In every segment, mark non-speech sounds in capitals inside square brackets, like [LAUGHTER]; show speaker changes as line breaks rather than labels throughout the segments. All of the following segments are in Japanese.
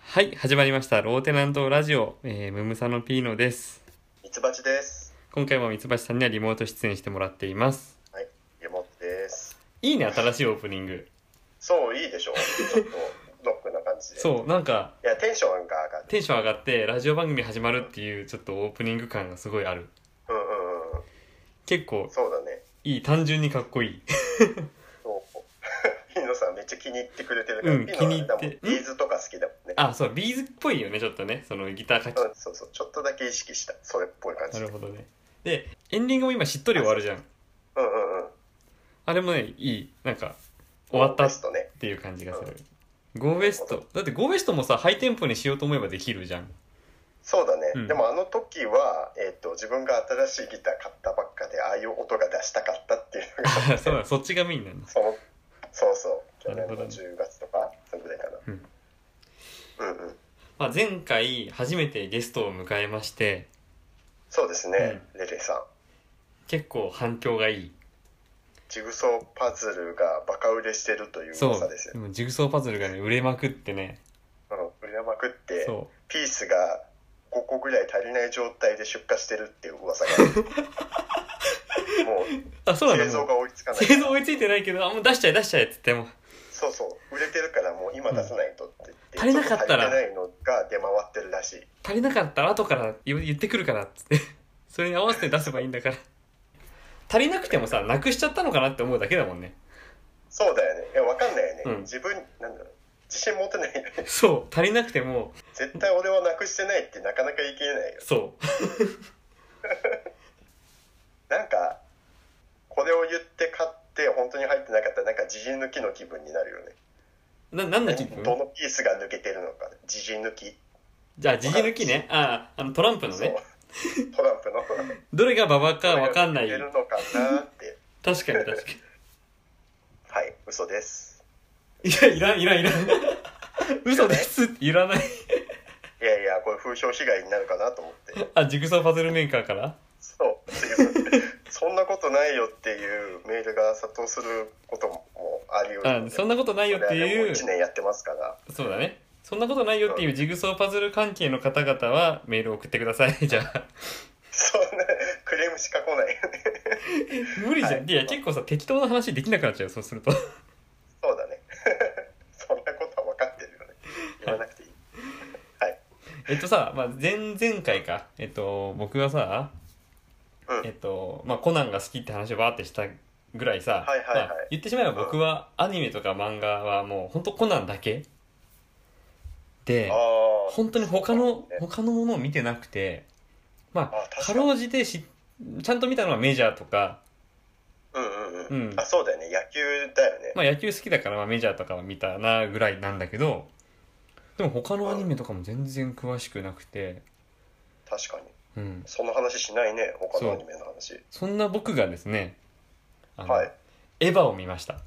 はい、始まりました。ローテナントラジオ、えー、ムムサノピーノです。
ミツバチです。
今回も三橋さんにはリモート出演してもらっています。
はい、リモートです。
いいね、新しいオープニング。
そう、いいでしょちょっと、ロックな感じで。
そう、なんか、
いや、テンションが上がる。
テンション上がって、ラジオ番組始まるっていう、ちょっとオープニング感がすごいある。
うんうんうん。
結構、
そうだね。
いい、単純にかっこいい。
そう。 [LAUGHS] ピノさんめっちゃ気に入ってくれてるから、
うん
ピノはあれだもん
気に入って
ビーズとか好きだもんね。
あ、そう、ビーズっぽいよね、ちょっとね。そのギターかき。
うん、そうそう。ちょっとだけ意識した。それっぽい感じ。
な
うん
るほどね。で、エンディングも今しっとり終わるじゃん。
うんうん。
あれもね、いい。なんか、終わった
ベ
っ
ストね。
ていう感じがする。ゴーベスト。だってゴーベストもさ、ハイテンポにしようと思えばできるじゃん。
そうだね。
うん
でもあの時は、えっ、と、自分が新しいギター買ったばっかで、ああいう音が出したかったっていうのが、
あ [LAUGHS] そうだそっちがメインなんだ
その、そうそう。去
なるほ
年
ど
の
ね
10月とか、そのぐらいかな。
うん
うんうん。
まあ、前回初めてゲストを迎えまして
そうですね、レレさん。
結構反響がいい
ジグソーパズルがバカ売れしてるという
そ
噂
う
ですよ
で。もジグソーパズルがね売れまくってね
うん、売れまくって、
そ
ピースが5個ぐらい足りない状態で出荷してるっていう噂がある。も
う
う
あそうなんだ
製造が追いつかない。
製造追いついてないけどあもう出しちゃえ出しちゃえっつっても
そうそう、売れてるからもう今出さないとって
う
言
ん
って、
足りなかったら
ちょと足りてないのが出回ってるらしい。
足りなかったら後から言言ってくるからっつって [LAUGHS] それに合わせて出せばいいんだから足りなくてもさなくしちゃったのかなって思うだけだもんね
そうだよね。いや、わかんないよね。
うん
自分、なんだろう。自信持てないよね。
そう足りなくても
絶対俺はなくしてないってなかなか言い切れないよ。
そ
なんかこれを言って買って本当に入ってなかったらなんか自陣抜きの気分になるよね
うななんだっけ
どのピースが抜けてるのか自陣抜き
じゃあ時事抜きねああのトランプの
そう
ね
トランプの
どれがババア [LAUGHS] かわかんない
抜けてるのかなって
確かに確かに
はい嘘です
いや、いらん、いらん、いらん。嘘ですっていらない。
いやいやこれ風評被害になるかなと思って
あ、ジグソーパズルメーカーから
そうっていうそんなことないよっていうメールが殺到することもありうるの
あ
で
そんなことないよって
それは
いう
も、1年やってますから
そうだね。そんなことないよっていうジグソーパズル関係の方々はメールを送ってください。じゃあ。
そんなクレームしか来ないよね
無理じゃん。
はい
い、や、結構さ、適当な話できなくなっちゃう、そうすると。
そうだね。 [LAUGHS] そんなことは分かってるよね。言わなくていい。はい。
えっとさ、まあ、前々回か。えっと、僕がさ、
うん
えっと、まあ、コナンが好きって話をバーってしたぐらいさ、
はいはいはい
まあ言ってしまえば僕はアニメとか漫画はもう本当コナンだけで、
ああ。
本当に他の
そうだね
他のものを見てなくてま
あ
あ
確かに
かろうじてしちゃんと見たのはメジャーとか、
うんうんう。
うんん
あ、そうだよね。野球だよね。
まあ、野球好きだからまあメジャーとかは見たなぐらいなんだけどでも他のアニメとかも全然詳しくなくて、
確かに。
うん、
その話しないね。他のアニメの話。
そんな僕がですねあの、
はい。
エヴァを見ました、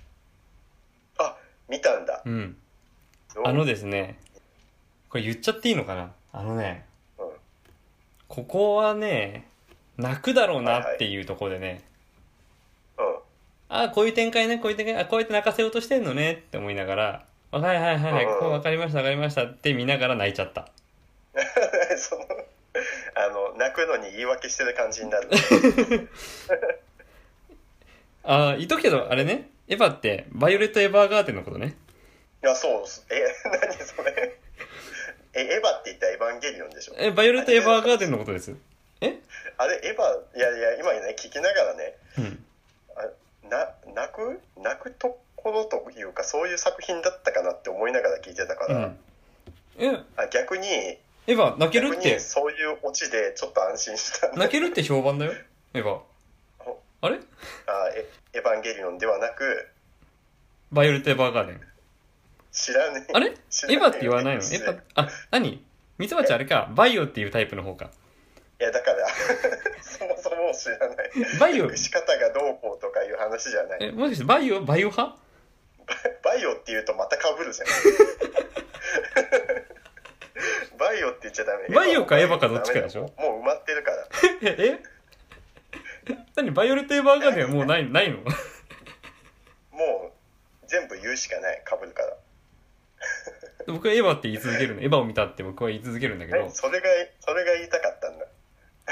あ、見たんだ。
うん、
どう
あのですねこれ言っちゃっていいのかなあのね
うん
ここはね泣くだろうなっていうところでね、
うん。
あこういう展開ね、こういう展開、あ、こうやって泣かせようとしてんのねって思いながら、あはいはいはいはい、
うんうん
こうわかりましたわかりましたって見ながら泣いちゃった。
[LAUGHS] その、あの、泣くのに言い訳してる感じに
[LAUGHS]
なる。
あー、言っとくけど、あれね、エヴァって、バイオレット・エヴァーガーデンのことね。
いや、そうっす。え、 [LAUGHS] 何それ。え、エヴァって言ったらエヴァンゲリオンでしょ。
え、バイオレット・エヴァーガーデンのことです。
あれ、エヴァ、いやいや、今ね、聞きながらね、
うん。
な泣く泣くところというかそういう作品だったかなって思いながら聞いてたか
う
ら、
ん。え、
あ逆に
エヴァ、泣ける
逆
って
に、そういうオチでちょっと安心したんだ
泣けるって評判だよ、エヴァ。あれ
あえエヴァンゲリオン」ではなく
バイオレット・エヴァーガーデン。
「知らねえ」
あれエ
知らね
ヴァって言わないのエ
失礼
ヴァ、あ、何ミツバチあれか、バイオっていうタイプの方か。
いやだから [LAUGHS] そもそも知らない
バイオ、
仕方がどうこうとかいう話じゃない
え、もしかしてバイオ、バイオ派
バイオって言うとまたかぶる
[LAUGHS]
じゃんバイオって言っちゃダメ
バイオかエヴァかどっちかでしょ
もう埋まってるから
え [LAUGHS] 何バイオレット・エヴァーガーデンはもうないないの [LAUGHS]
もう全部言うしかないかぶるから
僕はエヴァって言い続けるのエヴァを見たって僕は言い続けるんだけ
何
ど
それがそれが言いたかったんだ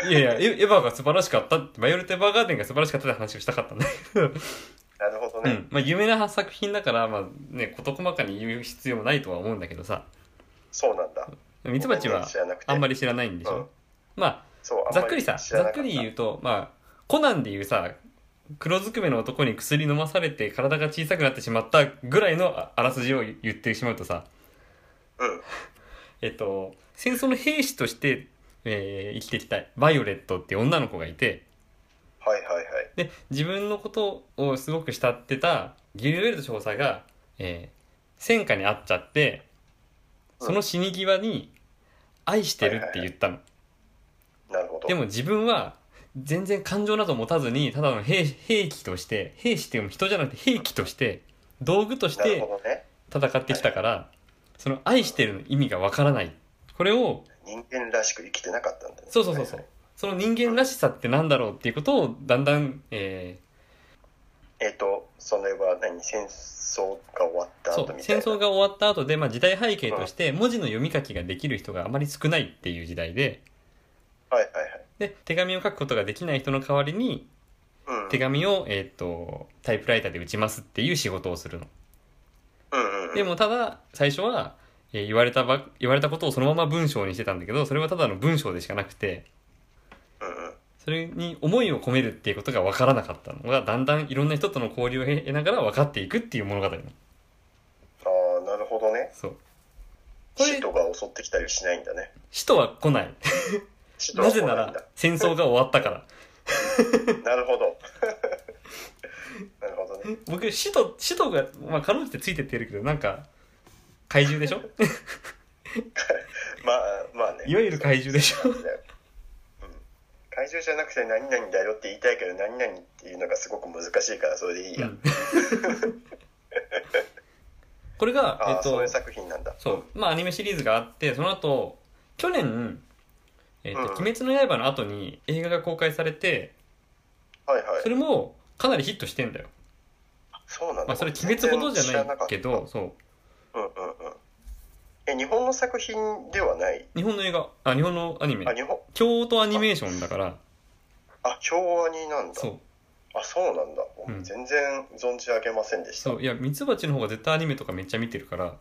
いやいやエエヴァが素晴らしかったってバイオレット・エヴァーガーデンが素晴らしかったって話をしたかったんだけど
なるほ
[LAUGHS]
ど
う
ね、
んまあ有名な作品だからまあね事細かに言う必要もないとは思うんだけどさ
そうなんだ
ミツバチは
知らなくて
あんまり知らないんでしょ、
うん
ま
そう
あ
あん
ざ
ま
っくりさ
知
ざ
らなか
ったくり言うとまあコナンで言うさ黒ずくめの男に薬飲まされて体が小さくなってしまったぐらいのああらすじを言ってしまうとさ
うん
えっと戦争の兵士として、えー生きてきたバイオレットっていう女の子がいて
はいはいはい
で自分のことをすごく慕ってたギルベルト少佐が、えー戦火に遭っちゃってその死に際に「愛してる」って言ったの。
なるほど
でも自分は全然感情など持たずにただの兵兵器として兵士っていうのも人じゃなくて兵器として道具とし
なる
て
ほどね
戦ってきたからその愛してるの意味がわからないこれを
人間らしく生きてなかったんだね
そうそうそうそうその人間らしさってなんだろうっていうことをだんだん、え
えっ、とそれは何戦争が終わっ
ー
た
そ
後
う
みた
戦
いな
争が終わった後で、まあ、時代背景として文字の読み書きができる人があまり少ないっていう時代で
はいはい
で手紙を書くことができない人の代わりに
はい、うん、
手紙を、えー、とタイプライターで打ちますっていう仕事をするの。
うんうん
でもただ最初は、えー言われたば言われたことをそのまま文章にしてたんだけどそれはただの文章でしかなくて
うんうん
それに思いを込めるっていうことが分からなかったのがだんだんいろんな人との交流を経ながら分かっていくっていう物語なの
ああなるほどね
そうこれ
使徒が襲ってきたりしないんだね
使徒は来ない
使徒は
な
来
ぜ
いん
な
だ
ら戦争が終わったから
なるほど [LAUGHS] なるほどね
僕使徒使徒がまあかろうじてついてってるけどなんか怪獣
[LAUGHS]
でしょ
まあまあね
いわゆる怪獣でしょ
だようん怪獣じゃなくて何々だよって言いたいけど何々っていうのがすごく難しいからそれでいいや、
うんこれが
ああ、
えっと
そういう作品なんだ
そう、まあ、アニメシリーズがあってその後去年、えっと
うん
鬼滅の刃」の後に映画が公開されて
はいはい
それもかなりヒットしてんだよ、
そうなんだ、
まあ、それ鬼滅ほどじゃないけどそう
うんうんうんえ日本の作品ではない
日本の映画あ日本のアニメ
あ日本
京都アニメーションだから
あ昭和になんだ
そう
あそうなんだ、
うん
全然存じ上げませんでした
そういやミツバチの方が絶対アニメとかめっちゃ見てる
[LAUGHS]
から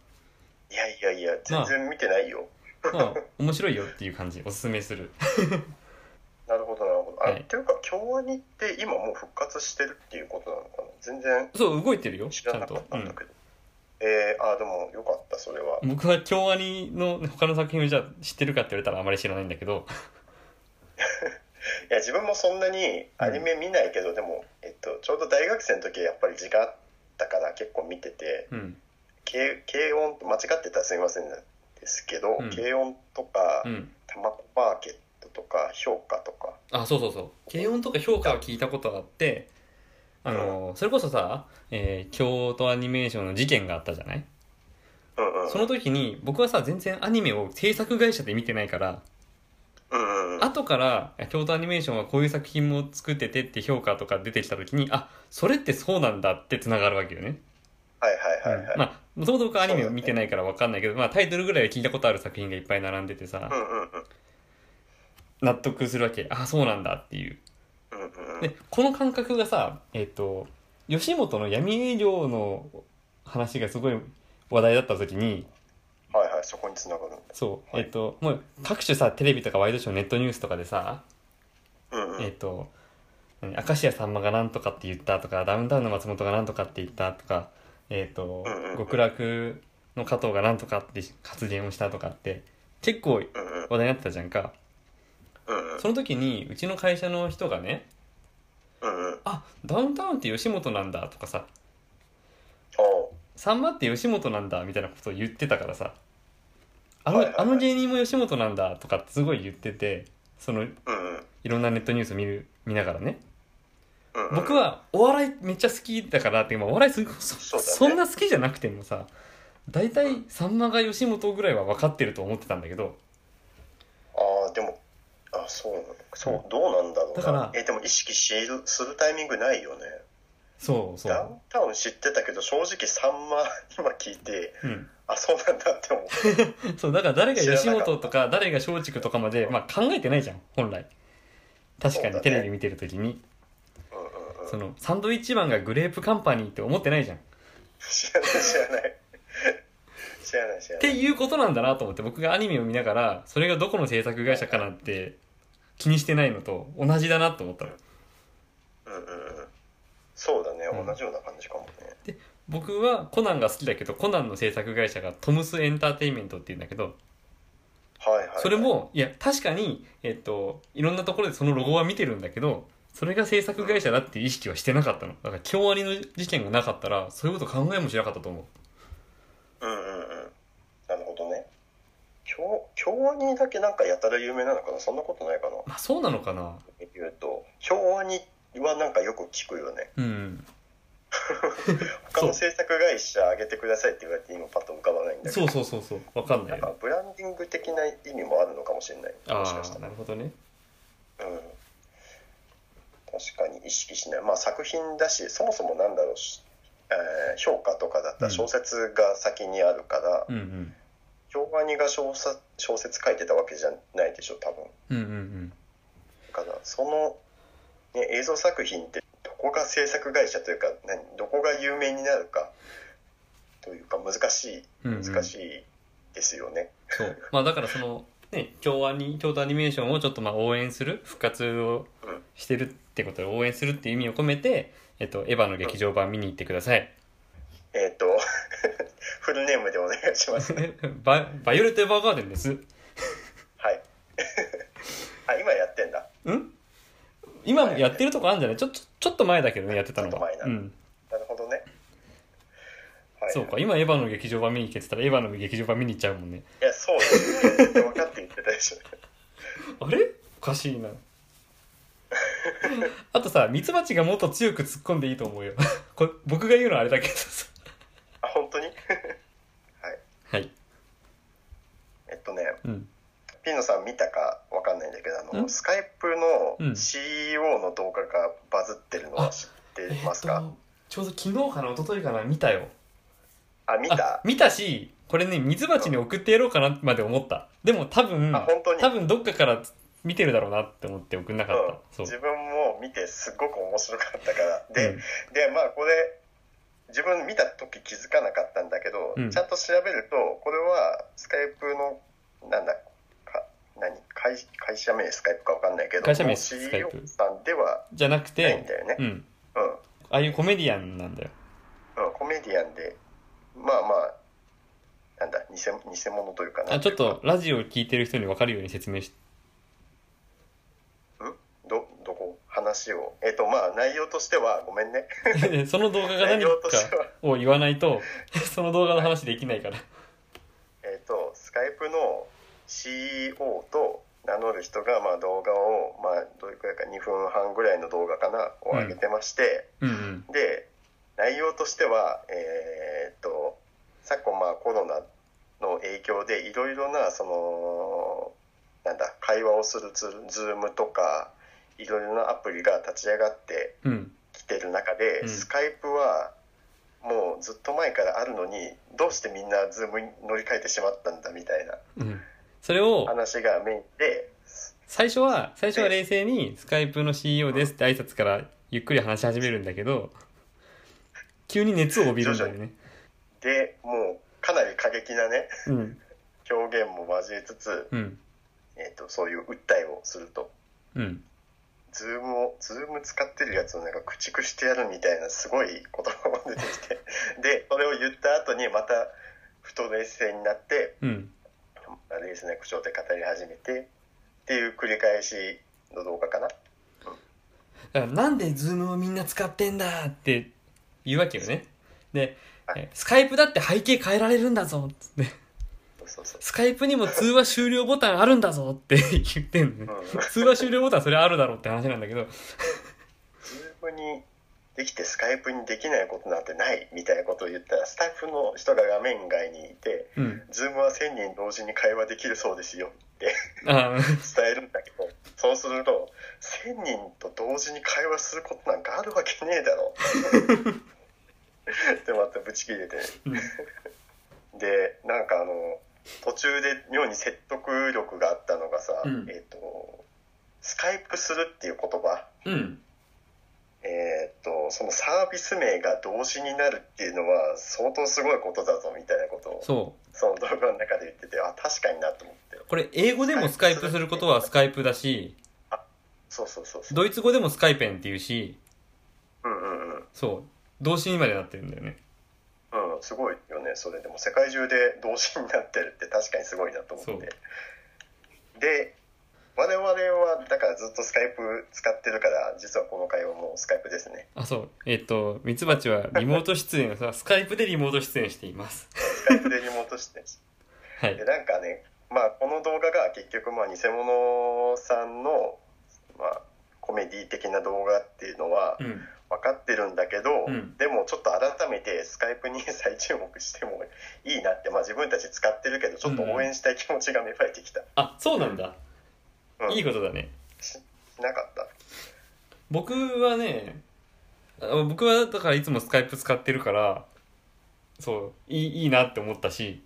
いやいやいや全然見てないよ、
まあ面白いよっていう感じおすすめする [LAUGHS]
なるほどなるほどあ、
はい
っていうか京アニって今もう復活してるっていうことなのかな全然
そう動いてるよ
知
ち
ら
ゃ
なんか
と
っ、たんだけど、えー、あーでもよかったそれは
うん、僕は京アニの他の作品をじゃあ知ってるかって言われたらあまり知らないんだけど
いや自分もそんなにアニメ見ないけど、でも、えっと、ちょうど大学生の時やっぱり時間あったから結構見てて
うん
軽軽音間違ってたらすみませんですけど、
うん
軽音とか、
うん
タマコマーケットとか評価とか
あそうそうそう軽音とか評価は聞いたことがあってあのそれこそさ、えー京都アニメーションの事件があったじゃない
うんうん
その時に僕はさ全然アニメを制作会社で見てないから
うんうんうん
後から京都アニメーションはこういう作品も作っててって評価とか出てきた時にあそれってそうなんだってつながるわけよね
はいはいはいはい、
まあもともと僕はアニメを見てないから分かんないけど、まあ、タイトルぐらいは聞いたことある作品がいっぱい並んでてさ、
うんうんうん
納得するわけあそうなんだっていう
うんうんうん
でこの感覚がさえっ、と吉本の闇営業の話がすごい話題だった時に
はいはいそこにつながるんだ
そう
は
え
い
っ、ともう各種さテレビとかワイドショーネットニュースとかでさ
うんうん
えっ、と何明石家さんまがなんとかって言ったとかダウンタウンの松本がなんとかって言ったとかえっ、と
うんうんうん
極楽の加藤がなんとかって発言をしたとかって結構
うんうん
話題になってたじゃんか
うんうん
その時にうちの会社の人がね
うんうん
「あダウンタウンって吉本なんだ」とかさ
おう
さんまって吉本なんだみたいなことを言ってたからさあの,、
はいはいは
あ
い
の芸人も吉本なんだとかってすごい言っててその
うんうん
いろんなネットニュース見る見ながらね
うんうん
僕はお笑いめっちゃ好きだからって、まあ、お笑いすごそ
そうだね
そんな好きじゃなくてもさ大体さんまが吉本ぐらいは分かってると思ってたんだけど
ああでもあそうなのそうどうなんだろうな
だから
えでも意識しするタイミングないよね
そうそ
ダウ
う
ンタウン知ってたけど正直さんま今聞いて
うん、
あそうなんだって思う
そうだから誰が
知らな
吉
かった
本とか誰が松竹とかまで、まあ、考えてないじゃん本来確か
そうだ
に
ね
テレビ見てる時に
うんうんうん
そのサンドウィッチマンがグレープカンパニーって思ってないじゃんっ
知らない知らない [LAUGHS] 知らない知らな
て
い
いうことなんだなと思って僕がアニメを見ながらそれがどこの制作会社かなんて気にしてないのと同じだなと思ったの
うんうんうんそうだね、
うん
同じような感じかもね
僕はコナンが好きだけどコナンの制作会社がトムスエンターテインメントっていうんだけど
はいはいはい、
それもいや確かに、えっと、いろんなところでそのロゴは見てるんだけどそれが制作会社だっていう意識はしてなかったのだから京アニの事件がなかったらそういうこと考えもしなかったと思う
うんうんうんなるほどね京京アニだけなんかやたら有名なのかなそんなことないかな
まあそうなのかな
言うと京アニはなんかよく聞くよね
うん
他の制作会社上げてくださいって言われて今パッと浮かばないんだけ
そ
ど
うそうそうそうわかんな
ないんか
よ
ブランディング的な意味もあるのかもしれない
あ
もしかした
あな
らう
るほ
ん
どね
確かに意識しないまあ作品だしそもそもなんだろうし、えー評価とかだったら小説が先にあるから、
うんうん
評判にが小説小説書いてたわけじゃないでしょ多分
うんうんうん
だからその、ね、映像作品ってどこが制作会社というか何どこが有名になるかというか難しい
うんうん
難しいですよね。
そうまあだからそのね京アニ京都アニメーションをちょっとまあ応援する復活を
うん
してるってことで応援するっていう意味を込めて、えっと、エヴァの劇場版見に行ってください
えっ、と [LAUGHS] フルネームでお願い
[LAUGHS]
します。
ババイオレット・エヴァーガーデンです
はい。 [LAUGHS] あ今やってんだ。
ん今もやってるとこあるんじゃないちょちょちょっと前だけどねやってたの
ちょっと
は
前な
うん、
なるほどね。はい、
そうか今エヴァの劇場版見に行けてたらエヴァの劇場版見に行っちゃうもんね
いやそうだよ、ね、分かって言ってたでしょ。
あれおかしい
[LAUGHS]
なあとさミツバチがもっと強く突っ込んでいいと思うよこれ僕が言うのはあれだけどさ
あ本当にはい。
はい
えっとね
うん
ピノさん見たかわかんないんだけどあの
ん
スカイプ
う
の
ん
CEO の動画がバズってるのは知ってますか、
とちょうど昨日かな一昨日かな見たよ
あ見
あ
た
見たしこれねミツバチに送ってやろうかなまで思ったでも多分
あ本当に
多分どっかから見てるだろうなって思って送んなかった、
うん、
そう
自分も見てすっごく面白かっ
[LAUGHS]
たからで、
うん
でまあこれ自分見た時気づかなかったんだけど、
うん
ちゃんと調べるとこれはスカイプのなんだか何会会社名スカイプかわかんないけど
会社名
もう
スカイ
CEO
プ
さんでは
じゃなくて
ないんだよね、
うん、
うん
ああいうコメディアンなんだよ
うん、コメディアンでまあまあなんだ偽偽物というかな
あちょっとラジオを聞いてる人に分かるように説明し
どどこ話をえっ、とまあ内容としてはごめんね
て
[LAUGHS]
その動画が何かを言わないとその動画の話できないから
えっとスカイプの CEO と名乗る人がまあ動画をまあどれくらいか2分半ぐらいの動画かなを上げてまして、
うんうん
で内容としてはえっ、と昨今まあコロナの影響でいろいろなそのなんだ会話をするツールズームとかいろいろなアプリが立ち上がって
うん
来てる中で、
うん
スカイプはもうずっと前からあるのにどうしてみんなズームに乗り換えてしまったんだみたいな
うんそれを
話がメインで
最初は最初は冷静に「スカイプの CEO です」って挨拶からゆっくり話し始めるんだけど急に熱を帯びるんだよね、
でもうかなり過激なね
うん
表現も交えつつ、
うん
えー、とそういう訴えをすると
うん、
ズームをズーム使ってるやつをなんか駆逐してやるみたいなすごい言葉が出てきてでそれを言った後にまたふと冷静になって
うん、
冷静な口調で語り始めてっていう繰り返しの動画かな。
だからなんでズームをみんな使ってんだって言うわけよねでえスカイプだって背景変えられるんだぞっつって
そうそうそう
スカイプにも通話終了ボタンあるんだぞって言ってん
[LAUGHS]
のね
うん
通話終了ボタンそれあるだろうって話なんだけど
ズームにできてスカイプにできないことなんてないみたいなことを言ったらスタッフの人が画面外にいて
うん
ズームは1000人同時に会話できるそうですよって
あー
伝えるんだけどそうすると1000人と同時に会話することなんかあるわけねえだろ [LAUGHS] ってまたブチ切れてでなんかあの途中で妙に説得力があったのがさ、
うん
えっ、とスカイプするっていう言葉
うん
えっ、とそのサービス名が動詞になるっていうのは相当すごいことだぞみたいなことを
そ
その動画の中で言っててあ確かになと思って
うこれ英語でもスカイプすることはスカイプだし
そうそうそうそう
ドイツ語でもスカイペンっていうし
うんうんうん
そう動詞にまでなってるんだよね
うん、すごいよねそれでも世界中で同時になってるって確かにすごいなと思っ
そう
てで我々はだからずっとスカイプ使ってるから実はこの会話もスカイプですね
あそうえっ、とミツバチはリモート出演をさスカイプでリモート出演しています [LAUGHS]
スカイプでリモートしてるし
は
で
い
なんかね、まあ、この動画が結局まあ偽物さんの、まあ、コメディ的な動画っていうのは
うん
分かってるんだけど、
うん
でもちょっと改めてスカイプに再注目してもいいなって、まあ、自分たち使ってるけどちょっと応援したい気持ちが芽生えてきた。
あそうなんだ
うん
いいことだね
しなかった
僕はねあ僕はだからいつもスカイプ使ってるからそういいいいなって思ったし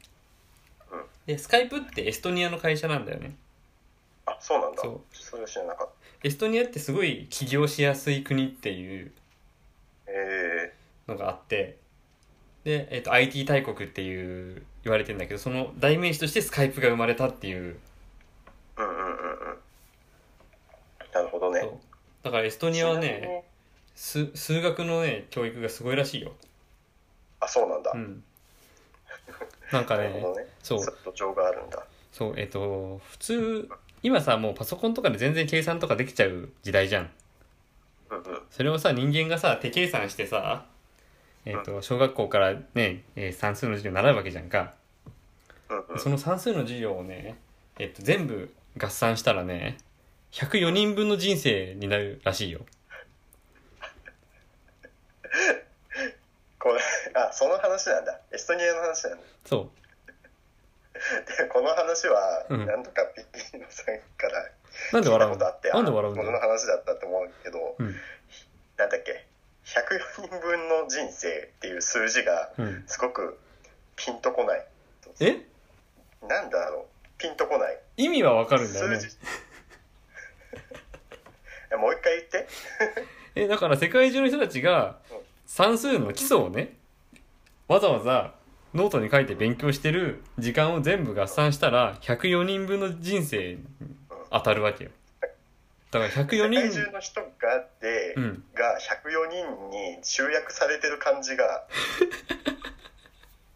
うん
でスカイプってエストニアの会社なんだよね
あそうなんだ
そう
それは知らなかっ
エストニアってすごい起業しやすい国っていう
たえ
のがあってで、えっと IT 大国っていう言われてんだけどその代名詞としてスカイプが生まれたっていう
ー、うんうんうんうんなるほどね
そうだからエストニアはねす数学のね教育がすごいらしいよ
あそうなんだ、
うんなんか
なる
ね
ほどね
そう
ちょっと情があるんだ
そうえっ、と普通今さもうパソコンとかで全然計算とかできちゃう時代じゃん
うんうん
それをさ人間がさ手計算してさえっ、と小学校からね、えー算数の授業習うわけじゃんか
うんうん
その算数の授業をね、えっと全部合算したらね104人分の人生になるらしいよ
これ [LAUGHS] あその話なんだエストニアの話なんだ [LAUGHS]
そ
でこの話は、
うん
なんとかピッキーノさんから
うなんで笑う
聞いた
の
ことあって
なんで笑う
この
の
話だったと思うけど
うん
なんだっけ104人分の人生っていう数字が
うん
すごくピンとこない
え
なんだろうピンとこない
意味はわかるんだよね [LAUGHS]
数字えもう一回言って
えだから世界中の人たちが
うん
算数の基礎をねわざわざノートに書いて勉強してる時間を全部合算したら104人分の人生に当たるわけよだから
世
104
界
人
中の人がで、
うん
が104人に集約されてる感じが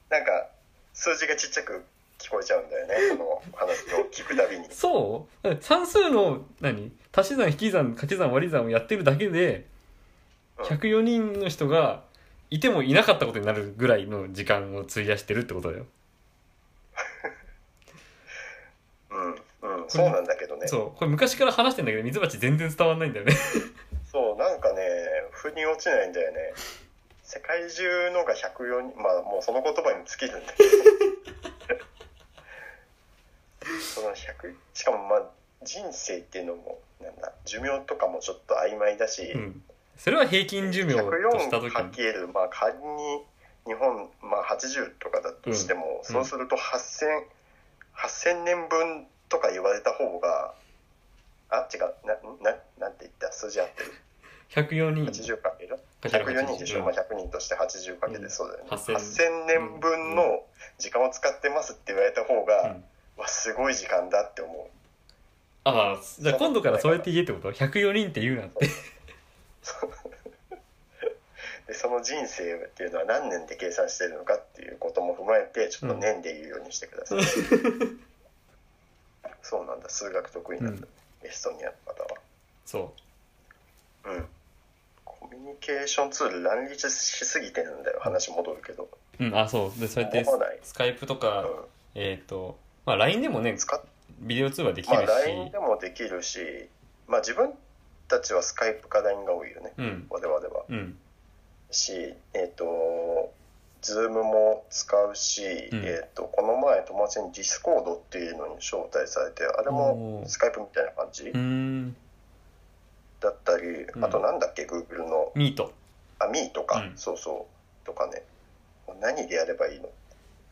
なんか数字がちっちゃく聞こえちゃうんだよねこの話を聞くたびに
そうだから算数の何足し算引き算掛け算割り算をやってるだけで
うん
104人の人がいてもいなかったことになるぐらいの時間を費やしてるってことだよ
うん、うん、そうなんだけどねそう
そうこれ昔から話してんだけどミツバチ全然伝わんないんだ
[LAUGHS]
よね
なんかね腑に落ちないんだよね世界中のが104人まあもうその言葉に尽きるんだけど [LAUGHS] その100しかもまあ人生っていうのもなんだ寿命とかもちょっと曖昧だし、
うんそれは平均寿命とした時に
104×、まあ、仮に日本、まあ、80とかだとして
ん
も、そうすると8000 8000年分とか言われた方があ違うなななんて言った数字合ってる
104人
80×104 人でしょ、
うん
まあ、100人として 80×
う
で
ん
そうだよね、
8000
8000年分の時間を使ってますって言われた方が、
うん
わすごい時間だって思う
ああじゃあ今度からそうやって言えってこと104人って言うなって
そう [LAUGHS] でその人生っていうのは何年で計算してるのかっていうことも踏まえてちょっと年で言うようにしてください、 [LAUGHS] そうなんだ数学得意なんだ、エストニアの方
そ
はうんコミュニケーションツール乱立しすぎてるんだよ話戻るけど、
ううんあそうでそうやって
思わない
スカイプと
う
か
ん、
えっ、とまあ LINE でもね
使っ
ビデオ通話でき
まあ
るし、
LINE でもできるしまあ自分たちはスカイプか LINE が多いよね
うん
我々は
うん
しえっ、とズームも使うし、
うん
えっとこの前友達にディスコードっていうのに招待されてあれも
おー
スカイプみたいな感じ
うーん
だったり
うん
あとなんだっけ Google の
ミート
あミーとか、
うん
そうそうとかね何でやればいいの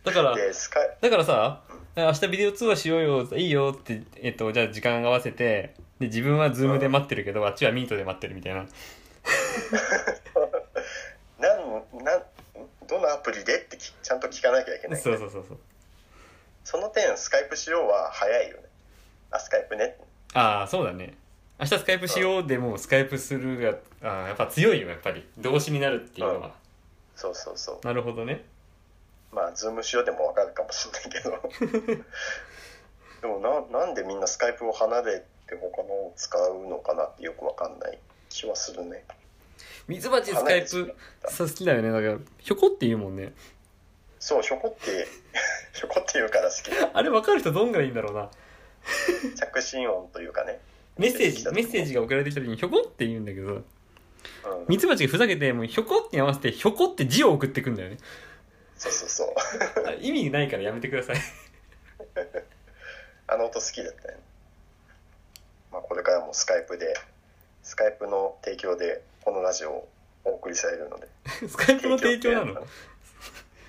だから
でスカイ
だからさ明日ビデオ通話しようよいいよって、えっと、じゃあ時間合わせてで自分はズームで待ってるけどあっちはミートで待ってるみたいな
なんなんどのアプリでってきちゃんと聞かなきゃいけない
そうそうそうそう
その点スカイプしようは早いよねあスカイプね
ああそうだね明日スカイプしようでもうスカイプするがあーやっぱ強いよやっぱり動詞になるっていうのは
そうそうそう
なるほどね
まあ、ズームしようでもわかるかもしれないけど。
[LAUGHS]
でもな、なんでみんなスカイプを離れて他のを使うのかなってよくわかんない気はするね。
ミツバチス
離
カ
れ
イ
てしまっ
プ
た
さ好きだよねだからひょこって言うもんね
そう、ひょこって、 [LAUGHS] ひょこって言うから好きだ。
あれ分かる人どんぐらいいんだろうな
着信音というかね。
メッセージメッセージが送られてきた時にひょこって言うんだけど
うん
ミ。ツバチがふざけてもうひょこって合わせてひょこって字を送ってくんだよね
そうそうそう。
あ意味ないからやめてください [LAUGHS]
あの音好きだったよね。まあ、これからもスカイプで、スカイプの提供でこのラジオをお送りされるので。
スカイプの提供なの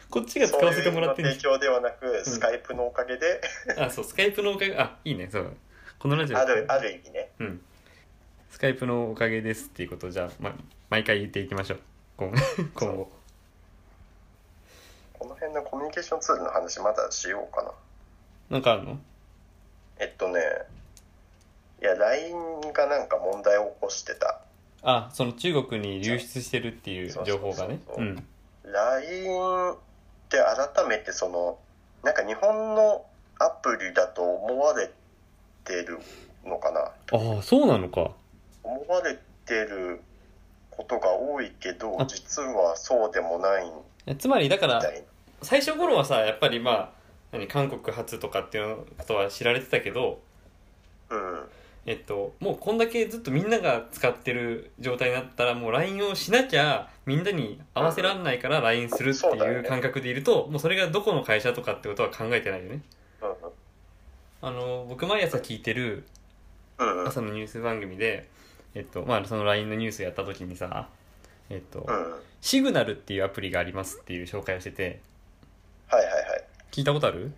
こっちが使わせてもらってん
そう
で
いうの
す
提供ではなく、スカイプのおかげで、
あそうスカイプのおかげあいいねそうこのラジオ
ある、ある意味ね。
うん。スカイプのおかげですっていうことをじゃあ、ま、毎回言っていきましょう。今後今後。
この辺のコミュニケーションツールの話まだしようかな。
なんかあるの
えっとね、いや、LINE がなんか問題を起こしてた。
あ、その中国に流出してるっていう情報がね。
そうそうそう
う。
そうん LINE って改めてその、なんか日本のアプリだと思われてるのかな。
ああ、そうなのか。
思われてることが多いけど
あ、
実はそうでもないみ
つまり、だか
た
ら、
い
最初頃はさ、やっぱりまあ、何、韓国発とかっていうことは知られてたけど、
な。うん。
えっと、もうこんだけずっとみんなが使ってる状態になったらもう LINE をしなきゃみんなに合わせらんないから LINE するって
そうだ
い
よ
う
ね
感覚でいるともうそれがどこの会社とかってことは考えてないよね
う
あの僕毎朝聞いてる
ん。うん。うん。
朝のニュース番組で、えっとまあ、その LINE のニュースやった時にさ、えっと
うん。はい
シグナルっていうアプリがありますっていう紹介をしてて
はいはい。
聞いたことある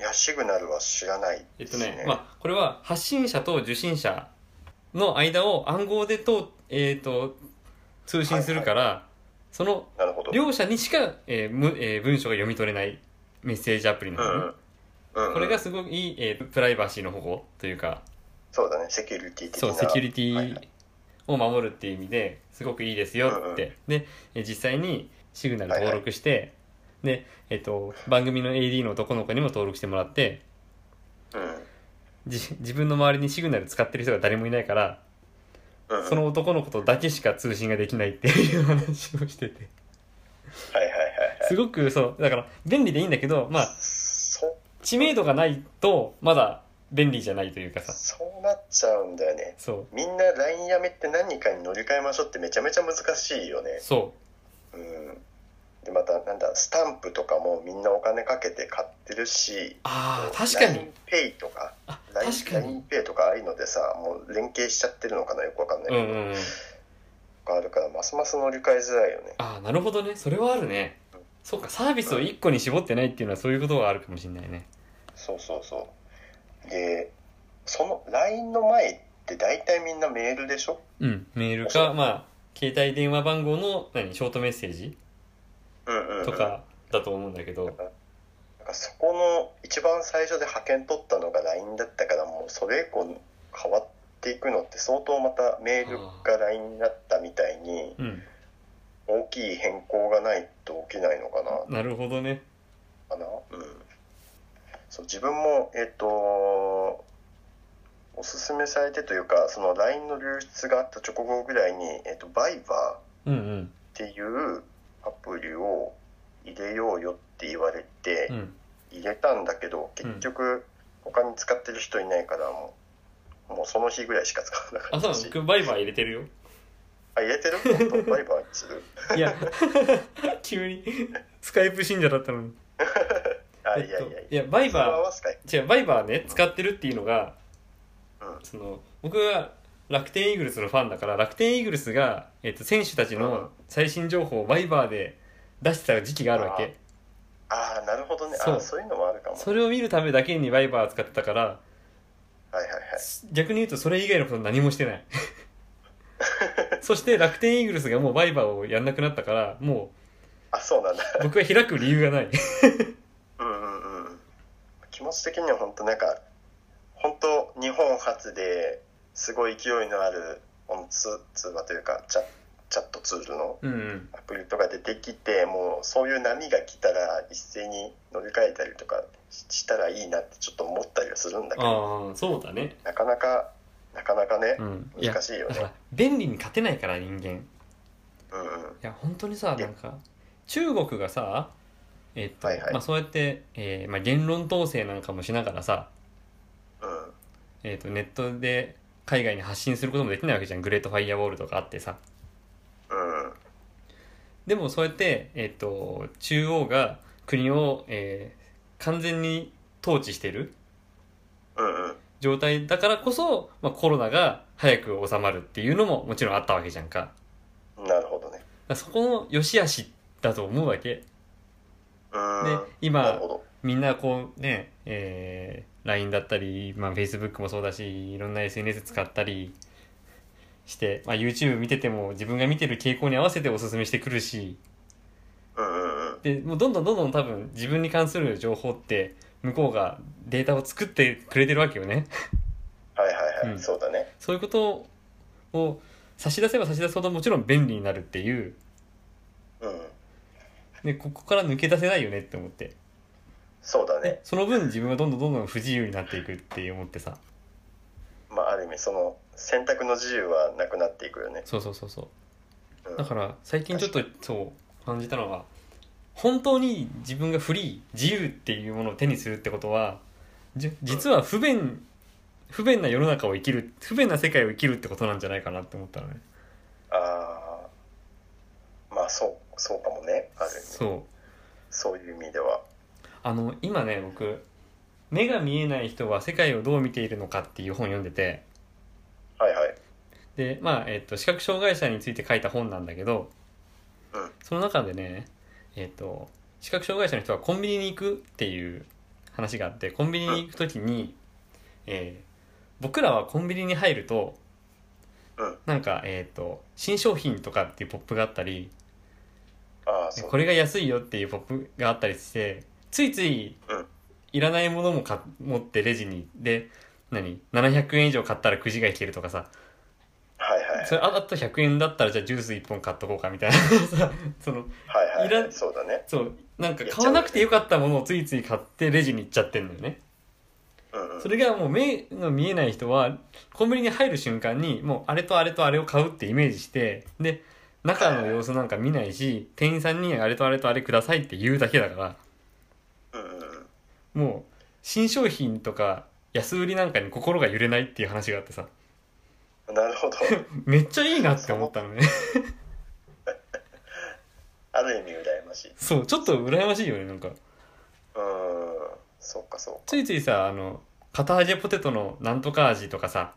いや、シグナルは知らない
えっ
で
と
す
ね
ね。、
まあ、これは発信者と受信者の間を暗号でと,、えー、と通信するから、その
なるほど。
両者にしか、えーむえー文章が読み取れないメッセージアプリなん
う
ですね、
んうん。うん
これがすごくいい、えープライバシーの保護というか
そうだね、セキュリティ的
そ
な。
うセキュリテ
はいは
ィ
い
を守るっていう意味ですごくいいですよって、
う
でえー実際にシグナル登録して、で、えっと番組の AD の男の子にも登録してもらって
うん
じ自分の周りにシグナル使ってる人が誰もいないから
うん、
その男の子とだけしか通信ができないっていう話をしてて
はいはいはいはい。
すごくそうだから便利でいいんだけどまあ
そ
知名度がないとまだ便利じゃないというかさ
そうなっちゃうんだよね。
そう
みんな LINE やめって何かに乗り換えましょうってめちゃめちゃ難しいよね。
そ
うん。で、また、なんだ、スタンプとかもみんなお金かけて買ってるし
う、ああ確かに
LINEPay とか、
あ
l i
確かに
n e イとかああいうのでさ、もう連携しちゃってるのかな、よくわかんないけ
うん
ど、
うんうん
とかあるから、ますます乗り換えづらいよね。
ああなるほどねそれはあるねそうかサービスを1個に絞ってないっていうのはそういうことがあるかもしれないね
そうそうそう。で、その LINE の前って大体みんなメールでしょ
うんメールかまあ携帯電話番号の何ショートメッセージ
うんうんうん
とかだと思うんだけど
なんかそこの一番最初で派遣取ったのが LINE だったからもうそれ以降変わっていくのって相当またメールが LINE になったみたいに
うん
大きい変更がないと起きないのかな
なるほどね
かな、うん、そう自分もえっ、とおすすめされてというかその LINE の流出があった直後ぐらいに、えっとバイバー
うんうん
っていうアプリを入れようよって言われて
うん
入れたんだけど結局他に使ってる人いないからもうもうその日ぐらいしか使わなか
あ
っ
そうなの
たし
僕バイバー入れてるよ
あ、言えてる本当バリバリ
[LAUGHS]
する。
いや急にスカイプ信者だったのに
あ、
え
いやいや
っ
い
と
や。
いやバイ
それは合
バ
わせたい。
ー違うバイバーね使ってるっていうのが
うん。
その僕は楽天イーグルスのファンだから楽天イーグルスが、えっと、選手たち
うん
の最新情報をバイバーで出してた時期があるわけ
ああ、なるほどね。
そ
あ
う
そういうのもあるかも。
それを見るためだけにバイバー使ってたから
はいはいはい。
逆に言うとそれ以外のこと何もしてない
[LAUGHS]
そして楽天イーグルスがもうバイバーをやんなくなったからも
あ、そうなんだ。 [LAUGHS]
う僕が開く理由がない
うんうんうん。気持ち的には本当なんか、本当日本初ですごい勢いのある音通通話というかチャ、チャットツールの
うん、うん、
アプリとか出てきて、もうそういう波が来たら一斉に乗り換えたりとかししたらいいなってちょっと思ったりはするんだけど、
ああそうだね
なかなか、なかなかね
う、んいや
難しいよ
だ
ね
か。ら便利に勝てないから人間い
うんうん。
や本当にさなんか中国がさえっと、
はいはい
まあ、そうやって、えーまあ、言論統制なんかもしながらさ、
うん。
えっとネットで海外に発信することもできないわけじゃんグレートファイアウォールとかあってさ
うん。
でもそうやって、えっと中央が国を、えー完全に統治してる
うんうん。
状態だからこそ、まあ、コロナが早く収まるっていうのももちろんあったわけじゃんかだか
なるほどね。
らそこの良し悪しだと思うわけ
う
で
ん。なる
今
ほど。
みんなこうね、えー LINE だったり、まあ、Facebook もそうだしいろんな SNS 使ったりして、まあ、YouTube 見てても自分が見てる傾向に合わせておすすめしてくるし
うんうんうん。
でもうどんどんどんどん多分自分に関する情報って向こうがデータを作ってくれてるわけよね
はいはいはい。
うん
そうだね。
そういうことを差し出せば差し出すほどもちろん便利になるっていう
うん。
でここから抜け出せないよねって思って
そうだね。
その分自分はどんどんどんどん不自由になっていくって思ってさ
まあ、ある意味、その、選択の自由はなくなっていくよね。
そうそうそうそう
うん、
だから最近ちょっとそう感じたのは本当に自分がフリー自由っていうものを手にするってことはじ実は不便不便な世の中を生きる不便な世界を生きるってことなんじゃないかなって思ったのね
ああ。まあ、そう、そうかもね。ある意味。そう
そう
いう意味では。
あの今ね僕「目が見えない人は世界をどう見ているのか」っていう本読んでて
はいはい。
でまあ、えっと視覚障害者について書いた本なんだけど
うん
その中でねえっと視覚障害者の人はコンビニに行くっていう話があってコンビニに行く時に、えー僕らはコンビニに入ると
うん
なんか、えっと新商品とかっていうポップがあったり
ああ、そう。
これが安いよっていうポップがあったりしてついつい
うん
いらないものも買っ持ってレジにで何700円以上買ったらくじが引けるとかさ
はいは
[LAUGHS]
い。
それああと100円だったらじゃあジュース1本買っとこうかみたいな [LAUGHS] さその
はいはい
いら
い。そうだね。
そうなんか買わなくてよかったものをついつい買ってレジに行っちゃってんのよね
うんうん。
それがもう目の見えない人はコンビニに入る瞬間にもうあれとあれとあれを買うってイメージしてで中の様子なんか見ないし店員さんにあれとあれとあれくださいって言うだけだから
うんうんうん。
もう新商品とか安売りなんかに心が揺れないっていう話があってさ
なる
[LAUGHS]
ほど。
めっちゃいいなって思ったのね [LAUGHS]
ある意味、羨ましい。
そうちょっと羨ましいよねなんか
うん。そうか、そうか。
ついついさあの片揚げポテトのなんとか味とかさ、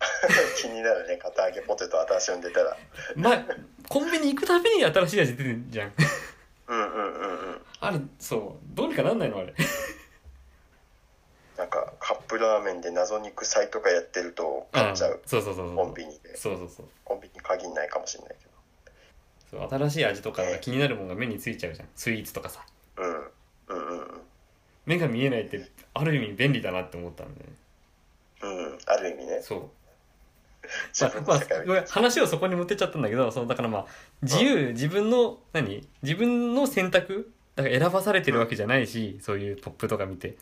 [LAUGHS] 気になるね。片揚げポテト、新しいの出たら。
ま、コンビニ行くたびに新しい味出てるじゃん
うんうんうんうん。
あれそうどうにかなんないのあれ
なんかカップラーメンで謎肉祭とかやってると買っちゃう、
そうそうそうそう
コンビニで
そうそうそう
コンビニ限んないかもしれないけ
そう新しい味とかが気になるものが目についちゃうじゃんスイーツとかさ
ど、うん、うんうん
目が見えないってある意味便利だなって思ったんで、ね、
うんうんある意味ね
そう
自
まあま
分の
あ
世界を、
ごめん話をそこに持ってっちゃったんだけどそのだからまあ自由、自分の何自分の選択だから選ばされてるわけじゃないし、そういうポップとか見て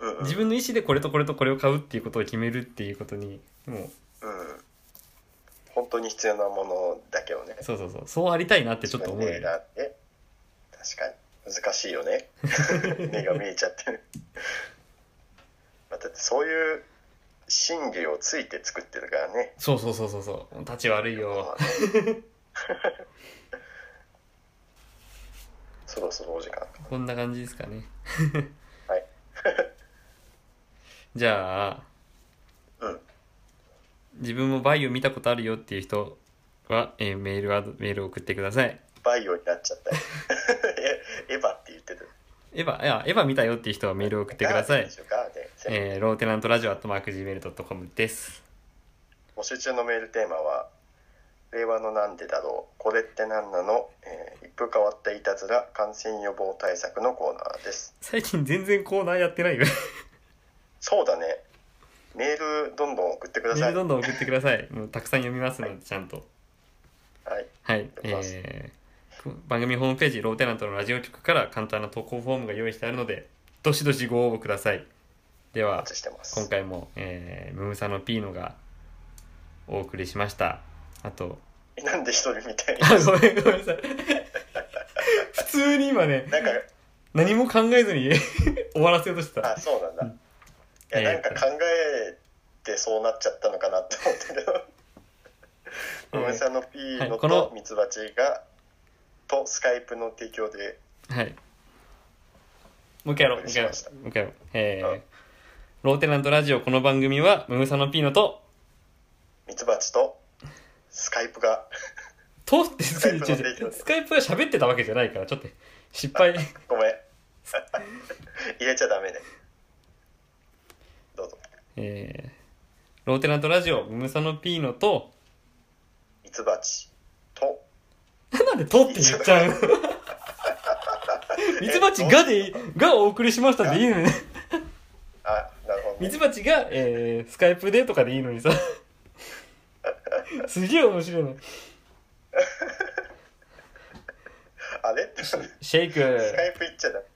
うんうん
自分の意思でこれとこれとこれを買うっていうことを決めるっていうことにも
うん本当に必要なものだけをね
うそうそうそうそうありたいなってちょっと思う
自
よ
分
ね
で選んで確かに難しい
[LAUGHS]
よね目が見えちゃってるまあだってそういう真理をついて作ってるからね。
そうそうそうそうそう立ち悪いよ
まあね [LAUGHS] そろそろお時間。
こんな感じですかね
はい。
じゃあ
うん。
自分もバイオ見たことあるよっていう人は、えーメールはメールを送ってください
バイオになっちゃったよ。 [LAUGHS] えエヴァって言ってる。
エヴァいやエヴァ見たよっていう人はメールを送ってくださ
ガーデン
い
でしょガーデン
えーローテナントラジオアットマーク Gmail.com です
募集中のメールテーマは「令和のなんでだろうこれって何なの、えー一風変わったいたずら感染予防対策」のコーナーです
最近全然コーナーやってないよ
そうだねメールどんどん送ってくだ
メー
さ
ル
いは
どんどん送ってくださいもうたくさん読みますのでちゃんと
い
はい、
お願いします
えー番組ホームページローテナントのラジオ局から簡単な投稿フォームが用意してあるのでどしどしご応募くださいで
お
は
待ちしてます
今回も、えー、ムムサのピーノがお送りしましたあと
えなんで一人みたいに
あごめんごめんなさい普通に今ね
なんか
何も考えずに [LAUGHS] 終わらせようとしてた
あそうなんだ、
うん
いや
え
な
ー
んか考えてそうなっちゃったのかなって思ったけど
え [LAUGHS] ー
梅さんのピー
は
ノ
いこの
とミツバチがとスカイプの提供で
はい。もう一回やろう、もう一回やろう。もう一回やろう。えーローテナントラジオこの番組は、ムムサノピーノと、
ミツバチとスカイプが
とってスカ
イプの提供で
スカイプが喋ってたわけじゃないから、ちょっと失敗。
ごめん。入れちゃダメね。どうぞ。
えー、ローテナントラジオ、ムムサノピーノと、
ミツバチと。
なんでとって言っちゃうのミツバチがでいい、がお送りしましたでいいのに、
あ、なるほど、
[LAUGHS] ミ
ね。
ツバチが、えー、スカイプでとかでいいのにさ。すげえ面白いの。
あれス
シェイク。
[LAUGHS] カイプ行っちゃダメ。